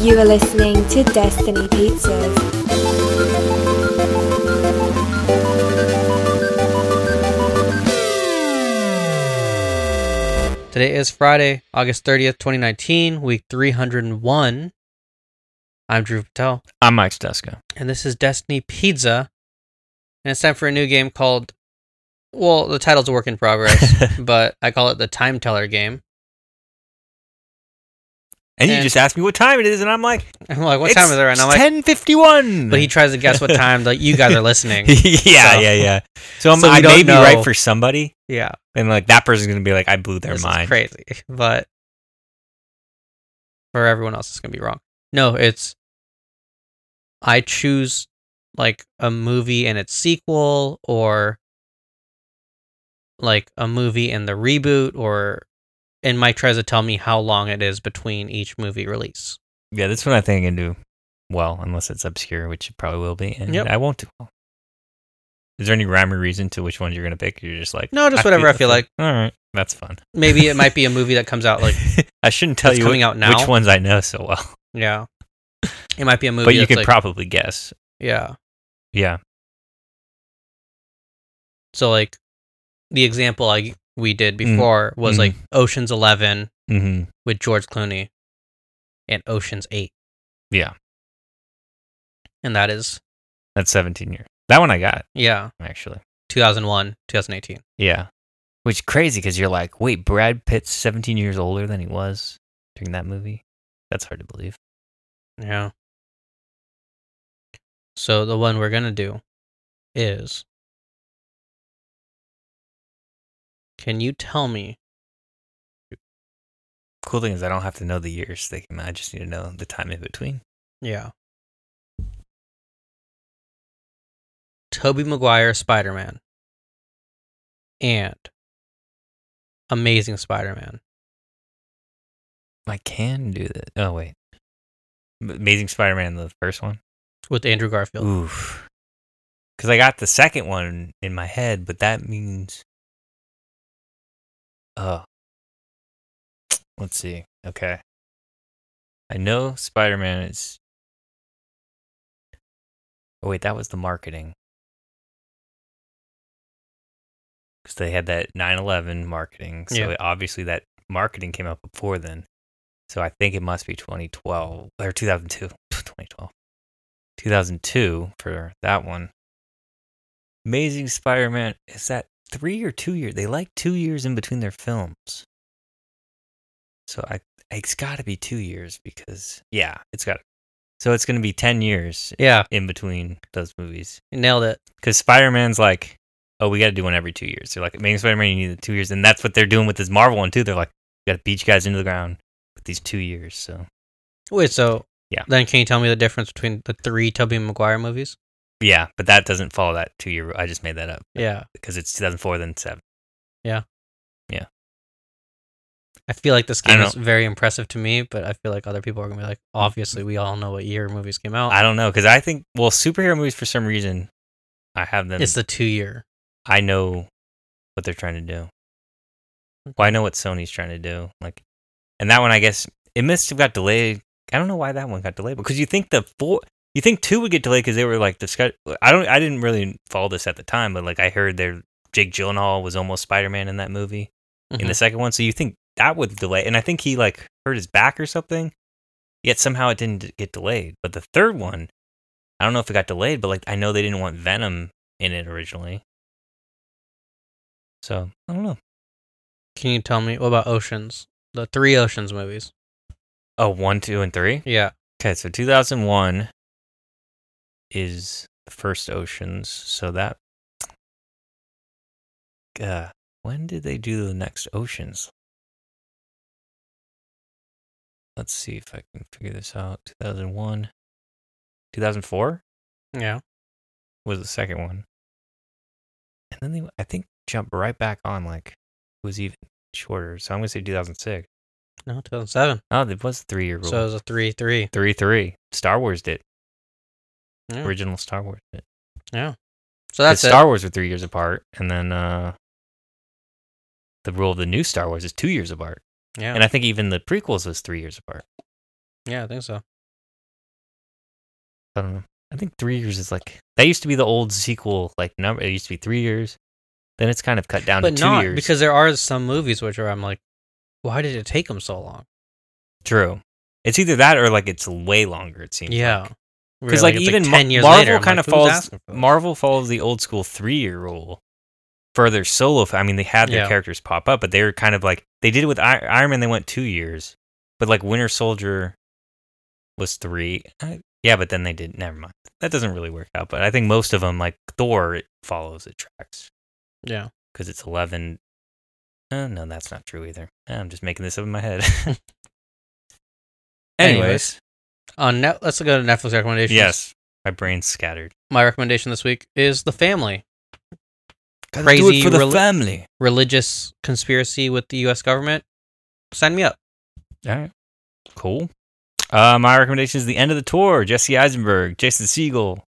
You are listening to Destiny Pizzas. Today is Friday, August 30th, 2019, week 301. I'm Drew Patel, I'm Mike Steska. and this is Destiny Pizza. And it's time for a new game called, well, the title's a work in progress, but I call it the Time Teller game. And you And- just asked me what time it is, and I'm like, I'm like, what it's, time is it? And I'm like, ten fifty one. but he tries to guess what time that you guys are listening. yeah, So- yeah, yeah. So, I'm, So we I don't may know. be right for somebody, Yeah, and like that person's gonna be like, I blew their this is mind. crazy, but for everyone else, it's gonna be wrong. No, it's I choose like a movie and its sequel, or like a movie and the reboot, or and Mike tries to tell me how long it is between each movie release. Yeah, this one I think I can do well, unless it's obscure, which it probably will be, and Yep. I won't do well. Is there any rhyme or reason to which ones you're gonna pick? You're just like, No, just whatever I feel like. All right, that's fun. Maybe it might be a movie that comes out like I shouldn't tell it's you coming wh- out now? which ones I know so well, yeah, it might be a movie. but you that's, can like, probably guess. yeah. Yeah, So like the example I we did before was like Ocean's Eleven hmm with George Clooney and Ocean's Eight, yeah. and that is That's seventeen years. That one I got yeah, actually. 2001, 2018. Yeah. Which is crazy because you're like, wait, Brad Pitt's 17 years older than he was during that movie? That's hard to believe. Yeah. So the one we're gonna do is, can you tell me? Cool thing is, I don't have to know the years. They can, I just need to know the time in between. Yeah. Toby Maguire Spider Man and Amazing Spider Man. I can do that. Oh, wait. M- Amazing Spider Man, the first one? with Andrew Garfield. Oof. Because I got the second one in my head, but that means. Uh, let's see. Okay. I know Spider Man is. Oh, wait, that was the marketing. Because they had that 9 11 marketing. So Yeah. obviously that marketing came out before then. So I think it must be 2012 or 2002. 2012. 2002 for that one. Amazing Spider Man, is that three or two years? They like two years in between their films. So I, it's got to be two years because, yeah, it's got So it's going to be 10 years Yeah, in between those movies. you nailed it. Because Spider Man's like, oh, we got to do one every two years. They're like, Amazing Spider Man, you need the two years. And that's what they're doing with this Marvel one, too. They're like, got to beat you guys into the ground with these two years. So, Wait, so Yeah. Then can you tell me the difference between the three Tobey Maguire movies? yeah, but that doesn't follow that two year. I just made that up. Yeah, because it's 2004 then 7 I feel like this I game don't is very impressive to me, but I feel like other people are gonna be like, obviously, we all know what year movies came out. i don't know because i think well superhero movies for some reason i have them it's the two year. i know what they're trying to do well i know what sony's trying to do like and that one i guess it must have got delayed i don't know why that one got delayed because you think the four you think two would get delayed because they were like discuss i don't i didn't really follow this at the time but like i heard their jake gyllenhaal was almost spider-man in that movie in the second one. So you think that would delay? And I think he like hurt his back or something. Yet somehow it didn't d- get delayed. But the third one, I don't know if it got delayed, but like I know they didn't want Venom in it originally. So I don't know. Can you tell me what about Oceans? The three Oceans movies. Oh, one, two, and three. Yeah, Okay, so 2001 is the first Oceans. So that. Uh, when did they do the next Oceans? Let's see if I can figure this out. 2001. 2004 yeah. was the second one. And then they, I think, jump right back on, like, it was even shorter. So I'm going to say 2006. No, 2007. Oh, there was a three year rule. So it was a three three. Three three. Star Wars did. Yeah. Original Star Wars did. So that's 'Cause Star Wars were three years apart, and then uh the rule of the new Star Wars is two years apart. it. Yeah, And I think even the prequels was three years apart. yeah, I think so. I don't know. I think three years is like that used to be the old sequel like number. It used to be three years. Then it's kind of cut down but to two not years. because there are some movies which are I'm like, why did it take them so long? True. It's either that or like it's way longer. It seems. yeah, Because Really, like it's even Ma- 10 years Marvel later, I'm kind like, of who's falls. asking for this? Oh. Marvel follows the old school three year rule for their solo. f- I mean, they had their Yeah. characters pop up, but they were kind of like they did it with I- Iron Man. They went two years, but like Winter Soldier was three. I, yeah, but then they did. Never mind. That doesn't really work out. But I think most of them, like Thor, it follows it tracks yeah. because it's eleven. Uh, no, that's not true either. I'm just making this up in my head. Anyways, on net, let's go to Netflix recommendations. yes, my brain's scattered. my recommendation this week is The Family, Gotta Crazy rela- family. religious conspiracy with the U.S. government. Sign me up. All right. Cool. Uh, my recommendation is The End of the Tour. Jesse Eisenberg, Jason Siegel.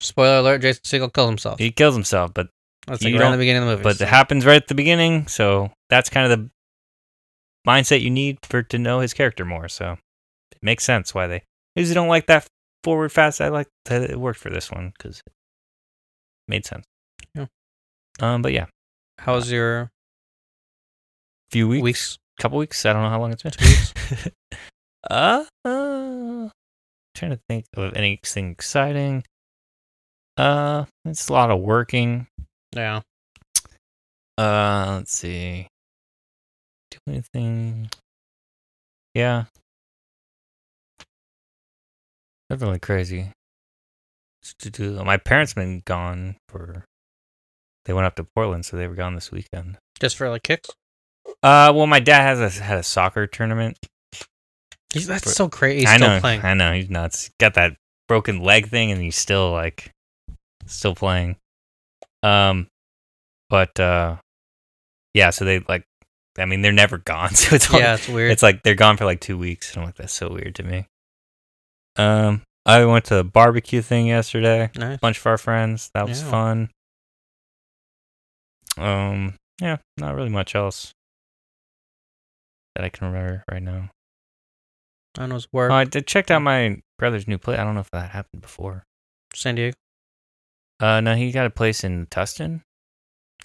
Spoiler alert: Jason Segel kills himself. He kills himself, but That's you like around don't- the beginning of the movie. but so- it happens right at the beginning, so that's kind of the mindset you need for to know his character more. So it makes sense why they I usually don't like that forward fast. I like that it worked for this one because it made sense. Yeah. Um, but yeah, a how's your few weeks, weeks? couple weeks. I don't know how long it's been. Two weeks? Uh, uh trying to think of anything exciting. Uh, it's a lot of working. yeah. Uh, let's see. Do anything? Yeah. Nothing really crazy. To do. My parents been gone for. They went up to Portland, so they were gone this weekend. Just for like kicks. Uh, well, my dad has a had a soccer tournament He's, that's For- so crazy. He's I still know, playing. I know. He's nuts. Got that broken leg thing, and he's still like, still playing. Um, but uh, yeah. So they like, I mean, they're never gone. So it's all, yeah, it's weird. it's like they're gone for like two weeks, and I'm like, that's so weird to me. Um, I went to a barbecue thing yesterday. nice. bunch of our friends. That was Yeah. fun. Um, yeah, not really much else that I can remember right now. I don't know his work. Oh, I did checked out my brother's new place. I don't know if that happened before. San Diego. Uh, no, he got a place in Tustin.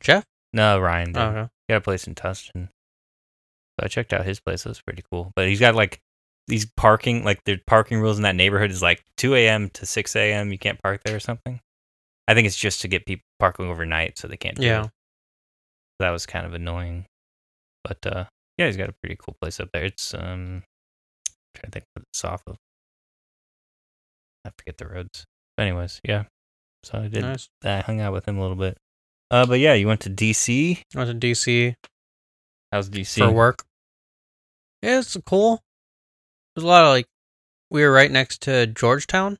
Jeff? Oh, No, Ryan. Did. I don't know. He got a place in Tustin. So I checked out his place. It was pretty cool. But he's got like these parking, like the parking rules in that neighborhood is like 2 a.m. to 6 a.m. You can't park there or something. I think it's just to get people parking overnight, so they can't. do Yeah. it. that was kind of annoying. But uh, yeah, he's got a pretty cool place up there. It's um, trying to think what it's off of. I forget the roads. But anyways, yeah. So I did. Nice. that. I hung out with him a little bit. Uh, but yeah, you went to DC. I went to DC How's DC? for work. Yeah, it's cool. There's a lot of like, we were right next to Georgetown,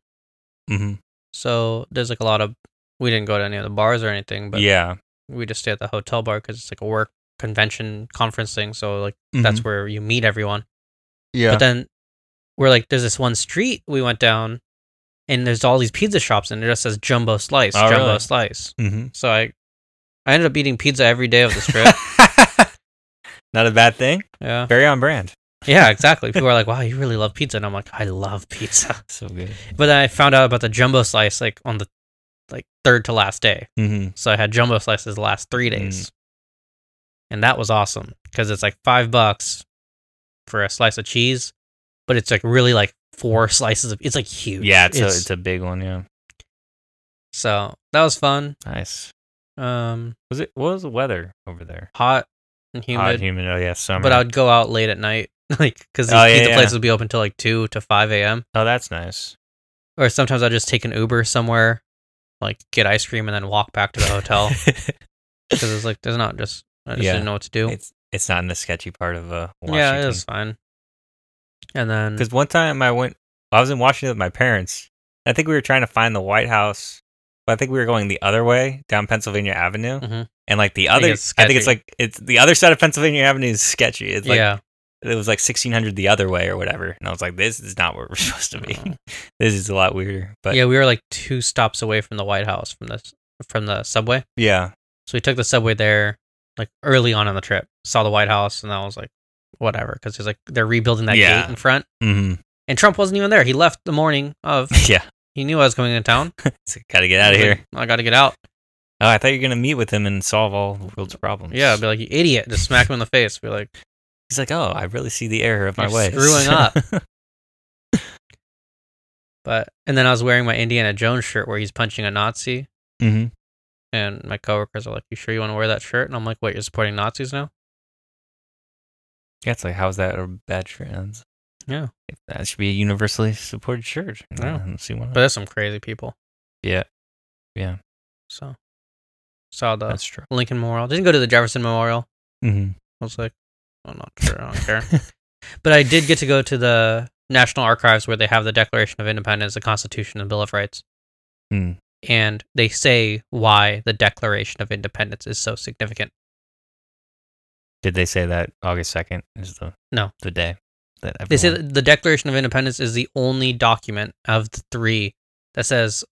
hmm so there's like a lot of. We didn't go to any of the bars or anything, but yeah, we just stayed at the hotel bar because it's like a work convention conference thing. So like that's where you meet everyone. Mm-hmm. yeah. But then we're like, there's this one street we went down, and there's all these pizza shops, and it just says Jumbo Slice, Oh, Jumbo really? Slice. hmm So I, I ended up eating pizza every day of this trip. mm-hmm. Not a bad thing. yeah, Very on brand. yeah, exactly. People are like, "Wow, you really love pizza," and I'm like, "I love pizza." So good. But then I found out about the Jumbo Slice like on the like third to last day. Mm-hmm. So I had jumbo slices the last Mm. three days. And that was awesome because it's like five bucks for a slice of cheese, but it's like really like four slices of it's like huge. Yeah, it's, a it's a big one. Yeah, so that was fun. nice. Um, Was it? What was the weather over there? hot and humid, Hot, humid. Oh yeah, summer. but I would go out late at night, like because these Oh, yeah, pizza yeah. places would be open till like two to five a.m. oh, that's nice. Or sometimes I'd just take an Uber somewhere, like get ice cream and then walk back to the hotel because it's like there's not just I just Yeah. didn't know what to do. it's it's not in the sketchy part of uh, Washington. Yeah, it was fine. And then Because Mm-hmm. one time I went, I was in Washington with my parents. I think we were trying to find the White House, but I think we were going the other way down Pennsylvania Avenue, Mhm. and like the I think other, I it's think, it's sketchy. like it's the other side of Pennsylvania Avenue is sketchy. It's like yeah, it was like sixteen hundred the other way or whatever, and I was like, this is not where we're supposed to be. No. this is a lot weirder. But yeah, we were like two stops away from the White House from the from the subway. yeah, So we took the subway there like early on in the trip. Saw the White House, and I was like, whatever, because there's like they're rebuilding that Yeah. gate in front, hmm and Trump wasn't even there. He left the morning of, yeah, He knew I was coming into town. It's like, gotta get out of He's here. like, I got to get out. Oh, I thought you were gonna meet with him and solve all the world's problems. Yeah, I'd be like, you idiot. Just smack him in the face. Be like, he's like, oh, I really see the error of my You're way. screwing up. but, and then I was wearing my Indiana Jones shirt where he's punching a Nazi. hmm And my coworkers are like, you sure you want to wear that shirt? And I'm like, wait, you're supporting Nazis now? Yeah, it's like, how's that a bad trans? Yeah. That should be a universally supported shirt. Yeah. I don't see why. not. But there's some crazy people. yeah, yeah, So, saw the that's true. Lincoln Memorial. Didn't go to the Jefferson Memorial. hmm I was like, I'm not sure. I don't care. but I did get to go to the National Archives where they have the Declaration of Independence, the Constitution, and the Bill of Rights. Hmm. And they say why the Declaration of Independence is so significant. Did they say that August second is the No. the day that everyone, They say that the Declaration of Independence is the only document of the three that says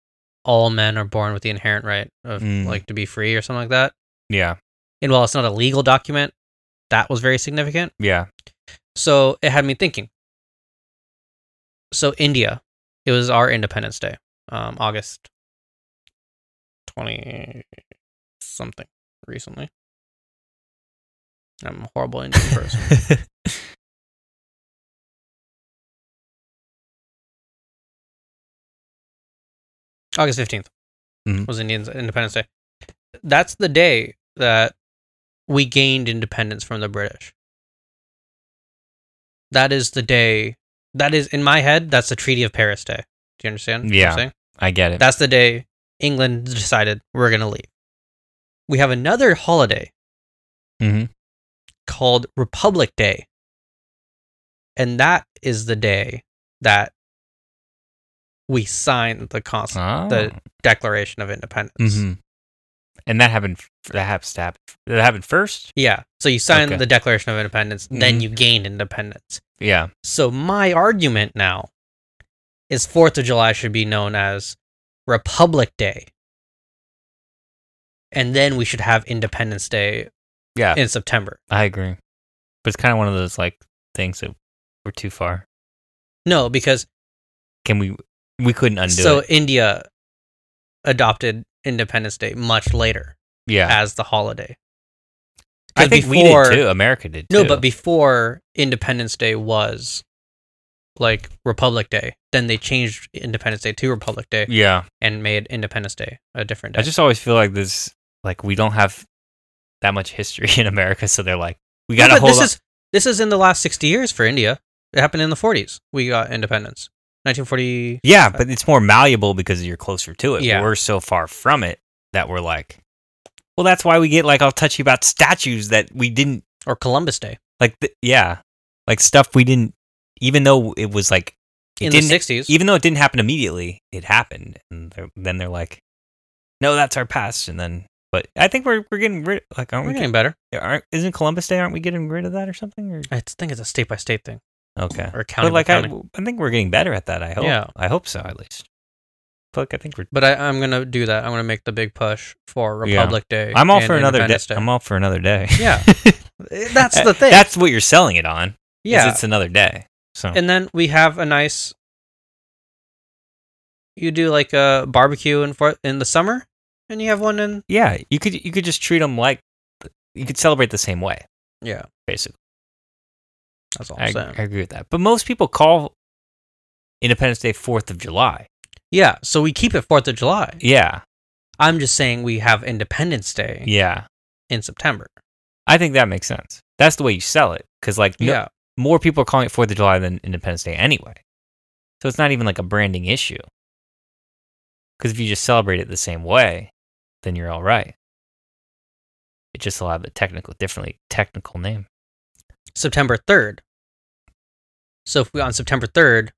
all men are born with the inherent right of Hmm. like to be free or something like that. yeah And while it's not a legal document, that was very significant. yeah So it had me thinking. So India, it was our Independence Day, um, August twenty something recently. I'm a horrible Indian person. August fifteenth Mhm. was Indian's Independence Day. That's the day that we gained independence from the British. That is the day. That is in my head. That's the Treaty of Paris Day. Do you understand? what I'm Yeah. saying? I get it. That's the day England decided we're going to leave. We have another holiday hmm called Republic Day. And that is the day that we signed the cons- Oh. the Declaration of Independence. hmm And that happened. f- That happens. to hap- That happened first. Yeah. So you signed Okay. the Declaration of Independence, then Mhm. you gained independence. Yeah. So my argument now is 4th of July should be known as Republic Day. And then we should have Independence Day Yeah. in September. I agree. But it's kind of one of those like things that we're too far. No, because Can we? We couldn't undo so it. India adopted Independence Day much later Yeah. as the holiday. I 'Cause think we did too. America did too. No, but before Independence Day was like Republic Day. Then they changed Independence Day to Republic Day yeah, and made Independence Day a different day. I just always feel like this. Like we don't have that much history in America, so they're like, we No, gotta but hold this on. is this is in the last sixty years for India. It happened in the forties. We got independence. Nineteen forty yeah, but it's more malleable because you're closer to it. Uh, Yeah. We're so far from it that we're like, well, that's why we get like all touchy about statues that we didn't or Columbus Day like. Th- yeah, like stuff we didn't, even though it was like it in the didn't sixties. even though it didn't happen immediately, it happened, and they're, then they're like, "No, that's our past." And then, but I think we're we're getting rid like aren't We're we? getting better. Getting, aren't, isn't Columbus Day? Aren't we getting rid of that or something? Or I think it's a state by state thing okay, or county. but like by I, county. I think we're getting better at that. I hope. Yeah. I hope so at least. Look, I think we're. But I, I'm gonna do that. I'm gonna make the big push for Yeah. Republic Day. I'm all and for another day. Independence I'm all for another day. Yeah. That's the thing. That's what you're selling it on. Yeah, yeah. it's another day. So And then we have a nice. You do like a barbecue in for in the summer, and you have one in yeah, you could you could just treat them like you could celebrate the same way yeah. basically. That's all I, I'm saying. I agree with that. But most people call Independence Day Fourth of July. Yeah, so we keep it Fourth of July. Yeah, I'm just saying we have Independence Day yeah. in September. I think that makes sense. That's the way you sell it, because like no- yeah, more people are calling it Fourth of July than Independence Day anyway. So it's not even like a branding issue. Because if you just celebrate it the same way, then you're all right. It just will have a technical, differently technical name. September third. So if we on September third,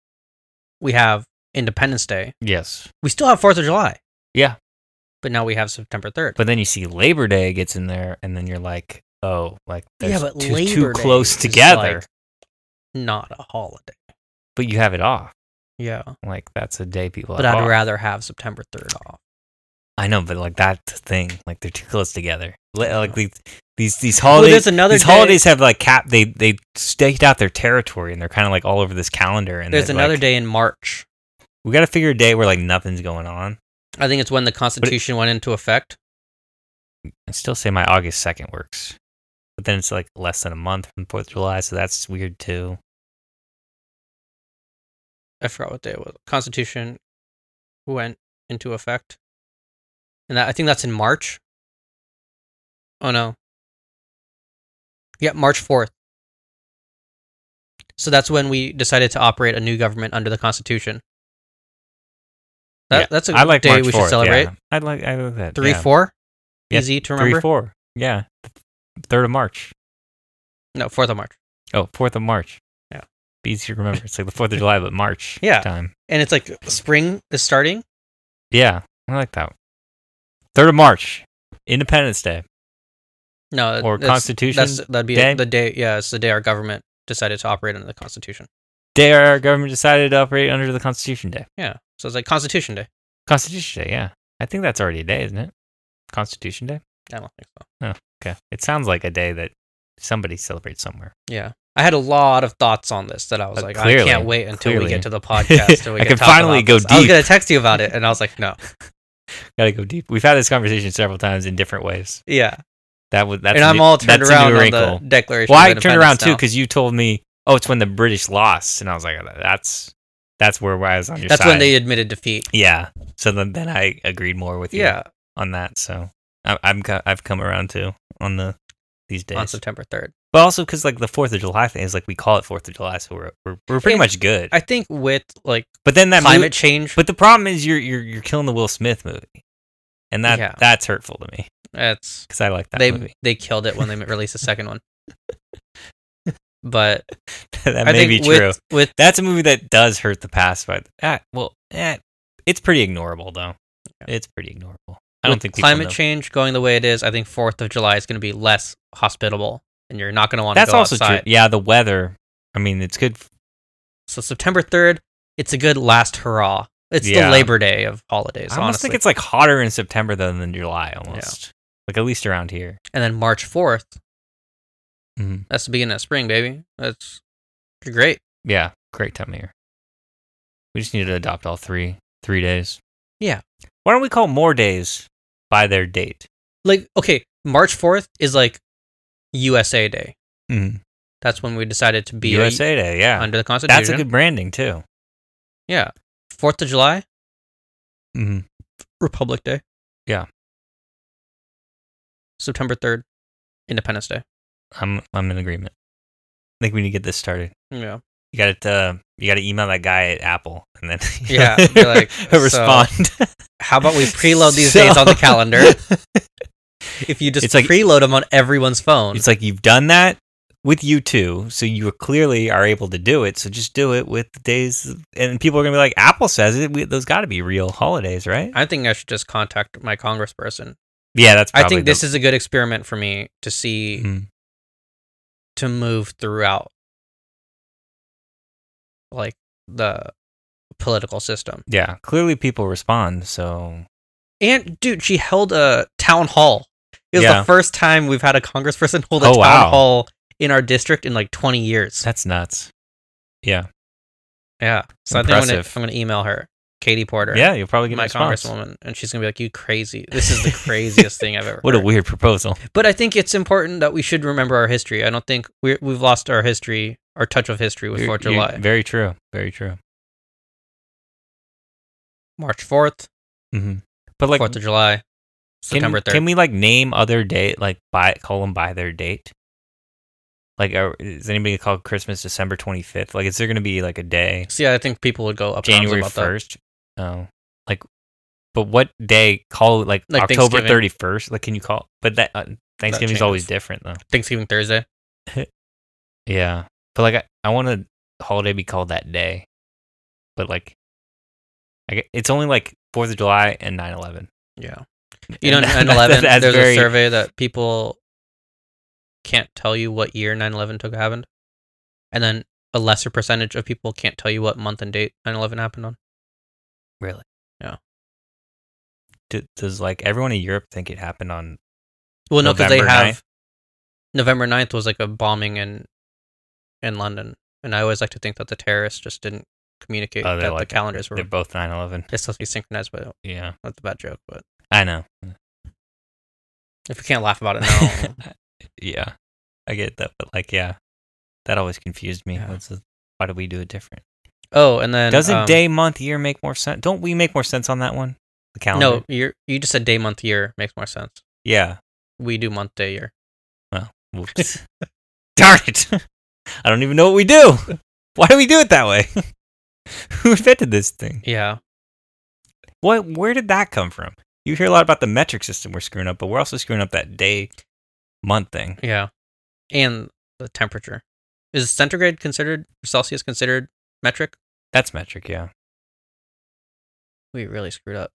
we have Independence Day. Yes, We still have Fourth of July. Yeah. but now we have September third. but then you see Labor Day gets in there, and then you're like, oh, like yeah, there's but too, Labor too Day close is, together. like, not a holiday. but you have it off. Yeah, Like that's a day people. but have I'd off. rather have September third off. I know, but like that's the thing. Like they're too close together. Li- Like these these these Well, there's holidays. another these day- holidays have like cap. They they staked out their territory, and they're kind of like all over this calendar. And There's it, another like- day in March We got to figure a day where like nothing's going on. I think it's when the Constitution went into effect. I still say my August 2nd works. But then it's like less than a month from 4th of July, so that's weird too. I forgot what day it was. Constitution went into effect, and that, I think that's in March. Oh no. Yeah, March fourth. So that's when we decided to operate a new government under the Constitution. That, Yeah, That's a I like day March we 4th, should celebrate. yeah. I like I like that. Three, yeah. four, Yeah, easy to Three, remember. four. Yeah. 3rd of March. No, fourth of March, Oh, 4th of March. Yeah. Be easy to remember. It's like the 4th of July, but March Yeah. time. and it's like spring is starting. Yeah. I like that. 3rd of March. Independence Day. No, Or that's- Constitution That's, that'd be Day? the day. Yeah, it's the day our government decided to operate under the Constitution. Day our government decided to operate under the Constitution Day. Yeah, so it's like Constitution Day. Constitution Day, yeah. I think that's already a day, isn't it? Constitution Day? I don't think so. Okay. It sounds like a day that somebody celebrates somewhere. Yeah. I had a lot of thoughts on this that I was Uh, like, I clearly, can't wait until we clearly. get to the podcast. And we I can can talk finally about go this. I was deep. going to text you about it, and I was like, no. Gotta go deep. We've had this conversation several times in different ways. Yeah. That was that's and a I'm new- all turned that's a around new on wrinkle. the Declaration well, of I turned around Independence too now. because you told me, "Oh, it's when the British lost," and I was like, "Oh, "That's that's where I was on your That's side." when they admitted defeat. yeah. So then, then I agreed more with you Yeah, on that. So I, I'm co- I've come around too on the these days. on September 3rd. But also because like the Fourth of July thing is like we call it Fourth of July, so we're we're, we're pretty Yeah. much good. I think with like but then that climate mo- change, but the problem is you're you're you're killing the Will Smith movie, and that Yeah. that's hurtful to me it's because I like that they movie. they killed it when they released the second one. But that I may be think true. with, with that's a movie that does hurt the past, but ah, well, eh, it's pretty ignorable though. It's pretty ignorable. I don't with think people climate know. change going the way it is, I think Fourth of July is going to be less hospitable, and you're not going to want to That's go also outside. true. Yeah, the weather. I mean, it's good. f- So September third, it's a good last hurrah. It's Yeah. the Labor Day of holidays, I almost honestly. think it's like hotter in September though than July almost. Like at least around here. and then March fourth, Mhm. that's the beginning of spring, baby. That's you're great. Yeah, great time of year. We just need to adopt all three three days. Yeah. Why don't we call more days by their date? Like okay, March fourth is like USA Day. Mm. That's when we decided to be a- USA Day. Yeah, under the Constitution. that's a good branding too. yeah. Fourth of July, Mm-hmm. Republic Day. Yeah. September third, Independence Day. I'm I'm in agreement. I think we need to get this started. Yeah. You got to uh, you got to email that guy at Apple and then Yeah, be like, so- respond. How about we preload these days on the calendar? If you just It's like- preload them on everyone's phone, It's like you've done that with you two, so you clearly are able to do it. So just do it with the days, and people are gonna be like, Apple says it. We, those got to be real holidays, right? I think I should just contact my congressperson. yeah, that's. I Probably think this is a good experiment for me to see Mm. to move throughout like the political system. yeah, clearly people respond. So And dude, she held a town hall. It was Yeah. the first time we've had a congressperson hold a Oh, town wow. hall in our district in like 20 years. that's nuts. Yeah, Yeah. So I think I'm gonna, Impressive. I'm gonna email her, Katie Porter. yeah, you'll probably get a My response. congresswoman, and she's gonna be like, "You crazy! This is the craziest thing I've ever." What a heard." weird proposal. But I think it's important that we should remember our history. I don't think we're, we've lost our history, our touch of history with You're- Fourth of you're- July. Very true. Very true. March Fourth, hmm But like Fourth of July, Can- September Can, Third. we like name other date like by call them by their date? Like, are, is anybody gonna call Christmas December twenty fifth? Like, is there gonna be like a day See, I think people would go up in arms January about that. first? Oh, like, but what day? Call it, like, Like October Thanksgiving. thirty first. Like, can you call? But that uh, Thanksgiving's changes. always different though. Thanksgiving Thursday. Yeah, but like, I, I want a holiday to be called that day, but like, I get, it's only like Fourth of July and 9-11. Yeah, you know, And nine eleven. that's There's very- a survey that people can't tell you what year 9-11 took happened, and then a lesser percentage of people can't tell you what month and date 9-11 happened on. Really? Yeah. Do, does like everyone in Europe think it happened on? Well, no, because they November have 9th? November 9th was like a bombing in in London, and I always like to think that the terrorists just didn't communicate Oh, they're that like the calendars were They're both 9/11. they're supposed to be synchronized, but Yeah, that's a bad joke. But I know. if we can't laugh about it now, yeah, I get that, but like, yeah, that always confused me. Yeah. What's the, why do we do it different? oh, and then Doesn't um, day, month, year make more sense? Don't we make more sense on that one? The calendar. no you you just said day month year makes more sense. Yeah. We do month day year. Whoops. Darn it! I don't even know what we do. Why do we do it that way? Who invented this thing? Yeah, What? Where did that come from? You hear a lot about the metric system we're screwing up, but we're also screwing up that day, month thing. yeah, and the temperature is centigrade considered Celsius considered metric? That's metric, yeah. We really screwed up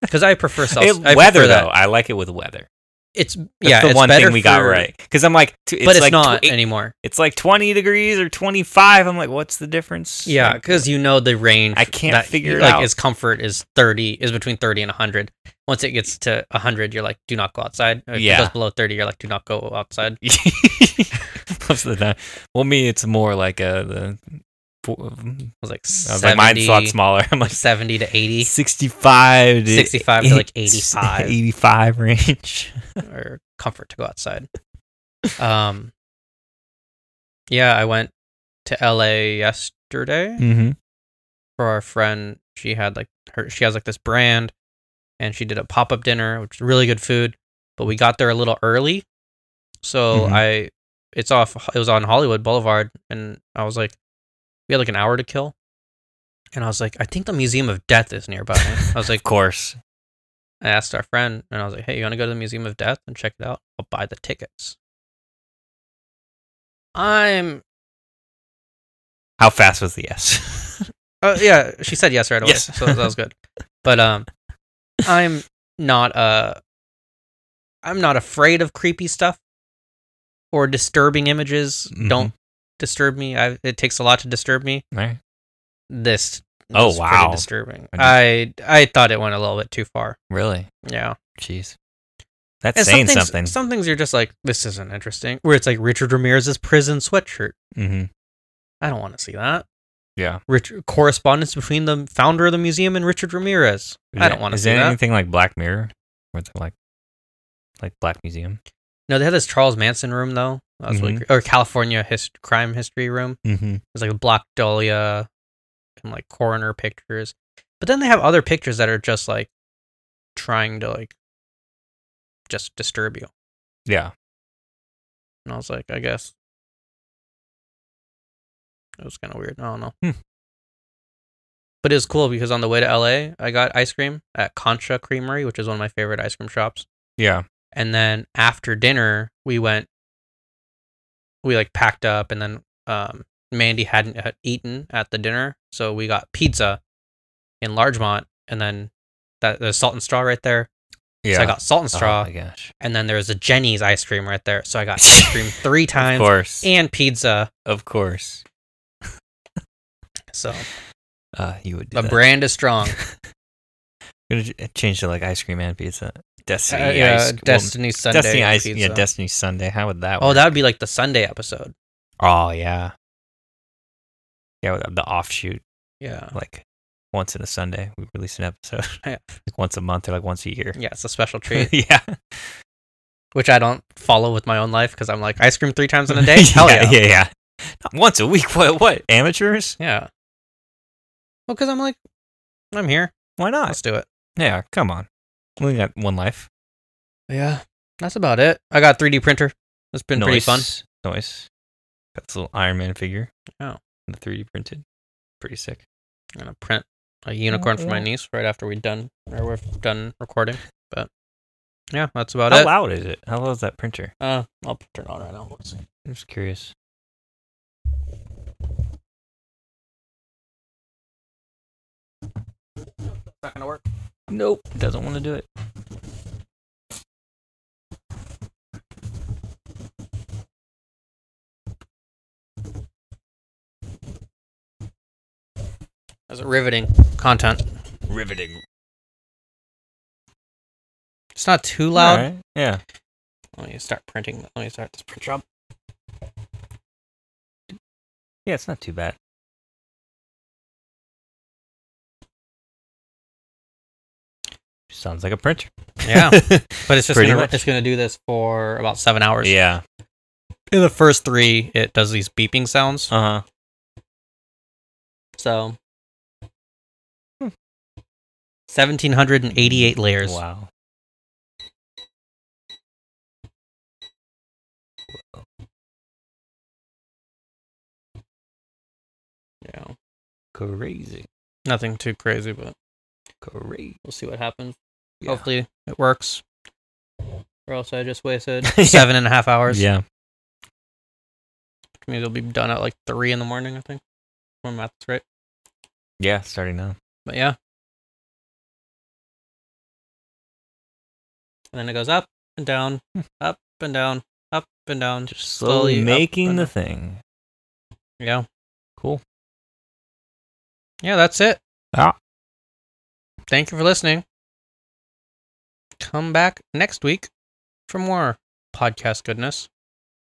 because I prefer Celsius. It- I weather prefer that. though, I like it with weather. it's That's yeah, the it's one better thing we got for- right. Because I'm like, t- it's but it's like not tw- anymore. It's like 20 degrees or 25. I'm like, what's the difference? Yeah, Like, because you know the range. I can't that- figure it like, out. Its comfort is thirty, is between thirty and hundred. Once it gets to hundred, you're like, do not go outside. If Yeah. it goes below thirty, you're like, do not go outside. most of the time. Well, me, it's more like a the. four- I was like I was like, mine's a lot 70, smaller. I'm like seventy to eighty 65 to 65 to, like, 85. 85 range. or comfort to go outside. Um, yeah, I went to LA yesterday. Mm-hmm. for our friend she had like her she has like this brand and she did a pop-up dinner which is really good food but we got there a little early so Mhm. i it's off it was on hollywood boulevard and i was like we had like an hour to kill and i was like i think the museum of death is nearby i was like Of course. i asked our friend and i was like hey you want to go to the museum of death and check it out i'll buy the tickets i'm How fast was the yes? Uh, yeah, she said yes right away, Yes. so that was good. But um, I'm not uh, I'm not afraid of creepy stuff or disturbing images. Mhm. Don't disturb me. I, it takes a lot to disturb me. All right. This Oh, was pretty wow. disturbing. I I I thought it went a little bit too far. Really? Yeah, Jeez. That's And some saying things- something. Some things you're just like, this isn't interesting. Where it's like Richard Ramirez's prison sweatshirt. mm-hmm. I don't want to see that. Yeah. Rich- correspondence between the founder of the museum and Richard Ramirez. I don't want to Is see there that. anything like Black Mirror, where it's like, like Black Museum? No, they had this Charles Manson room though. That was really Mhm. cre- or California hist- crime history room. Mm-hmm. It was like a block dahlia and like coroner pictures. But then they have other pictures that are just like trying to like just disturb you. Yeah. And I was like, I guess it was kind of weird. I don't know. Hmm. But it was cool because on the way to LA, I got ice cream at Concha Creamery, which is one of my favorite ice cream shops. Yeah. and then after dinner we went we like packed up and then um mandy hadn't had eaten at the dinner so we got pizza in largemont and then that there's salt and straw right there Yeah. so i got salt and Oh straw my gosh. and then there's a jenny's ice cream right there so i got ice cream three Of times course. and pizza of course. so Uh, Uh, you would do the that. brand is strong Gonna ch- change to like ice cream and pizza. Destiny Uh, ice. yeah, well, destiny sunday Destiny and ice. pizza. Yeah, Destiny Sunday. How would that? oh work? that would be like the sunday episode Oh yeah. Yeah, with the offshoot. yeah Like once in a Sunday, we release an episode. Yeah. like once a month or like once a year. yeah it's a special treat yeah. which I don't follow with my own life because I'm like ice cream three times in a day. Hell yeah, yeah, yeah, yeah. Not once a week. What? What? Amateurs? Yeah. Well, because I'm like, I'm here. Why not? Let's do it. Yeah, come on. We only got one life. Yeah, that's about it. I got 3D printer. It's been pretty fun. Nice. Nice. Got this little Iron Man figure. Oh. The 3D printed. Pretty sick. I'm gonna print a unicorn for my niece right after we're done or we're done recording. But yeah, that's about How it. loud is it? How loud is that printer? Uh, I'll turn it on right now. Let's see. I'm just curious. Not gonna work. Nope. Doesn't want to do it. That's riveting content. Riveting. It's not too loud. All right. Yeah. Let me start printing. Let me start this print job. Yeah, it's not too bad. Sounds like a printer. Yeah, but it's just Pretty gonna, much. it's going to do this for about seven hours. yeah. In the first three, it does these beeping sounds. Uh huh. So, seventeen hundred and eighty-eight layers. Wow. Yeah, Crazy. nothing too crazy, but Crazy. we'll see what happens. Yeah. Hopefully, it works. Or else I just wasted seven and a half hours. Yeah. I mean, it'll be done at like three in the morning, I think. If My math's right. Yeah. Starting now. But yeah. And then it goes up and down, up and down, up and down. Just slowly, Slowly up making and the up. thing. Yeah. Cool. Yeah, that's it. Ah. Thank you for listening. Come back next week for more podcast goodness.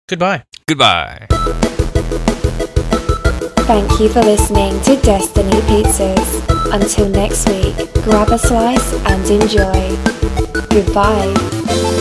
Goodbye. Goodbye. Thank you for listening to Destiny Pizzas. Until next week, grab a slice and enjoy. Goodbye.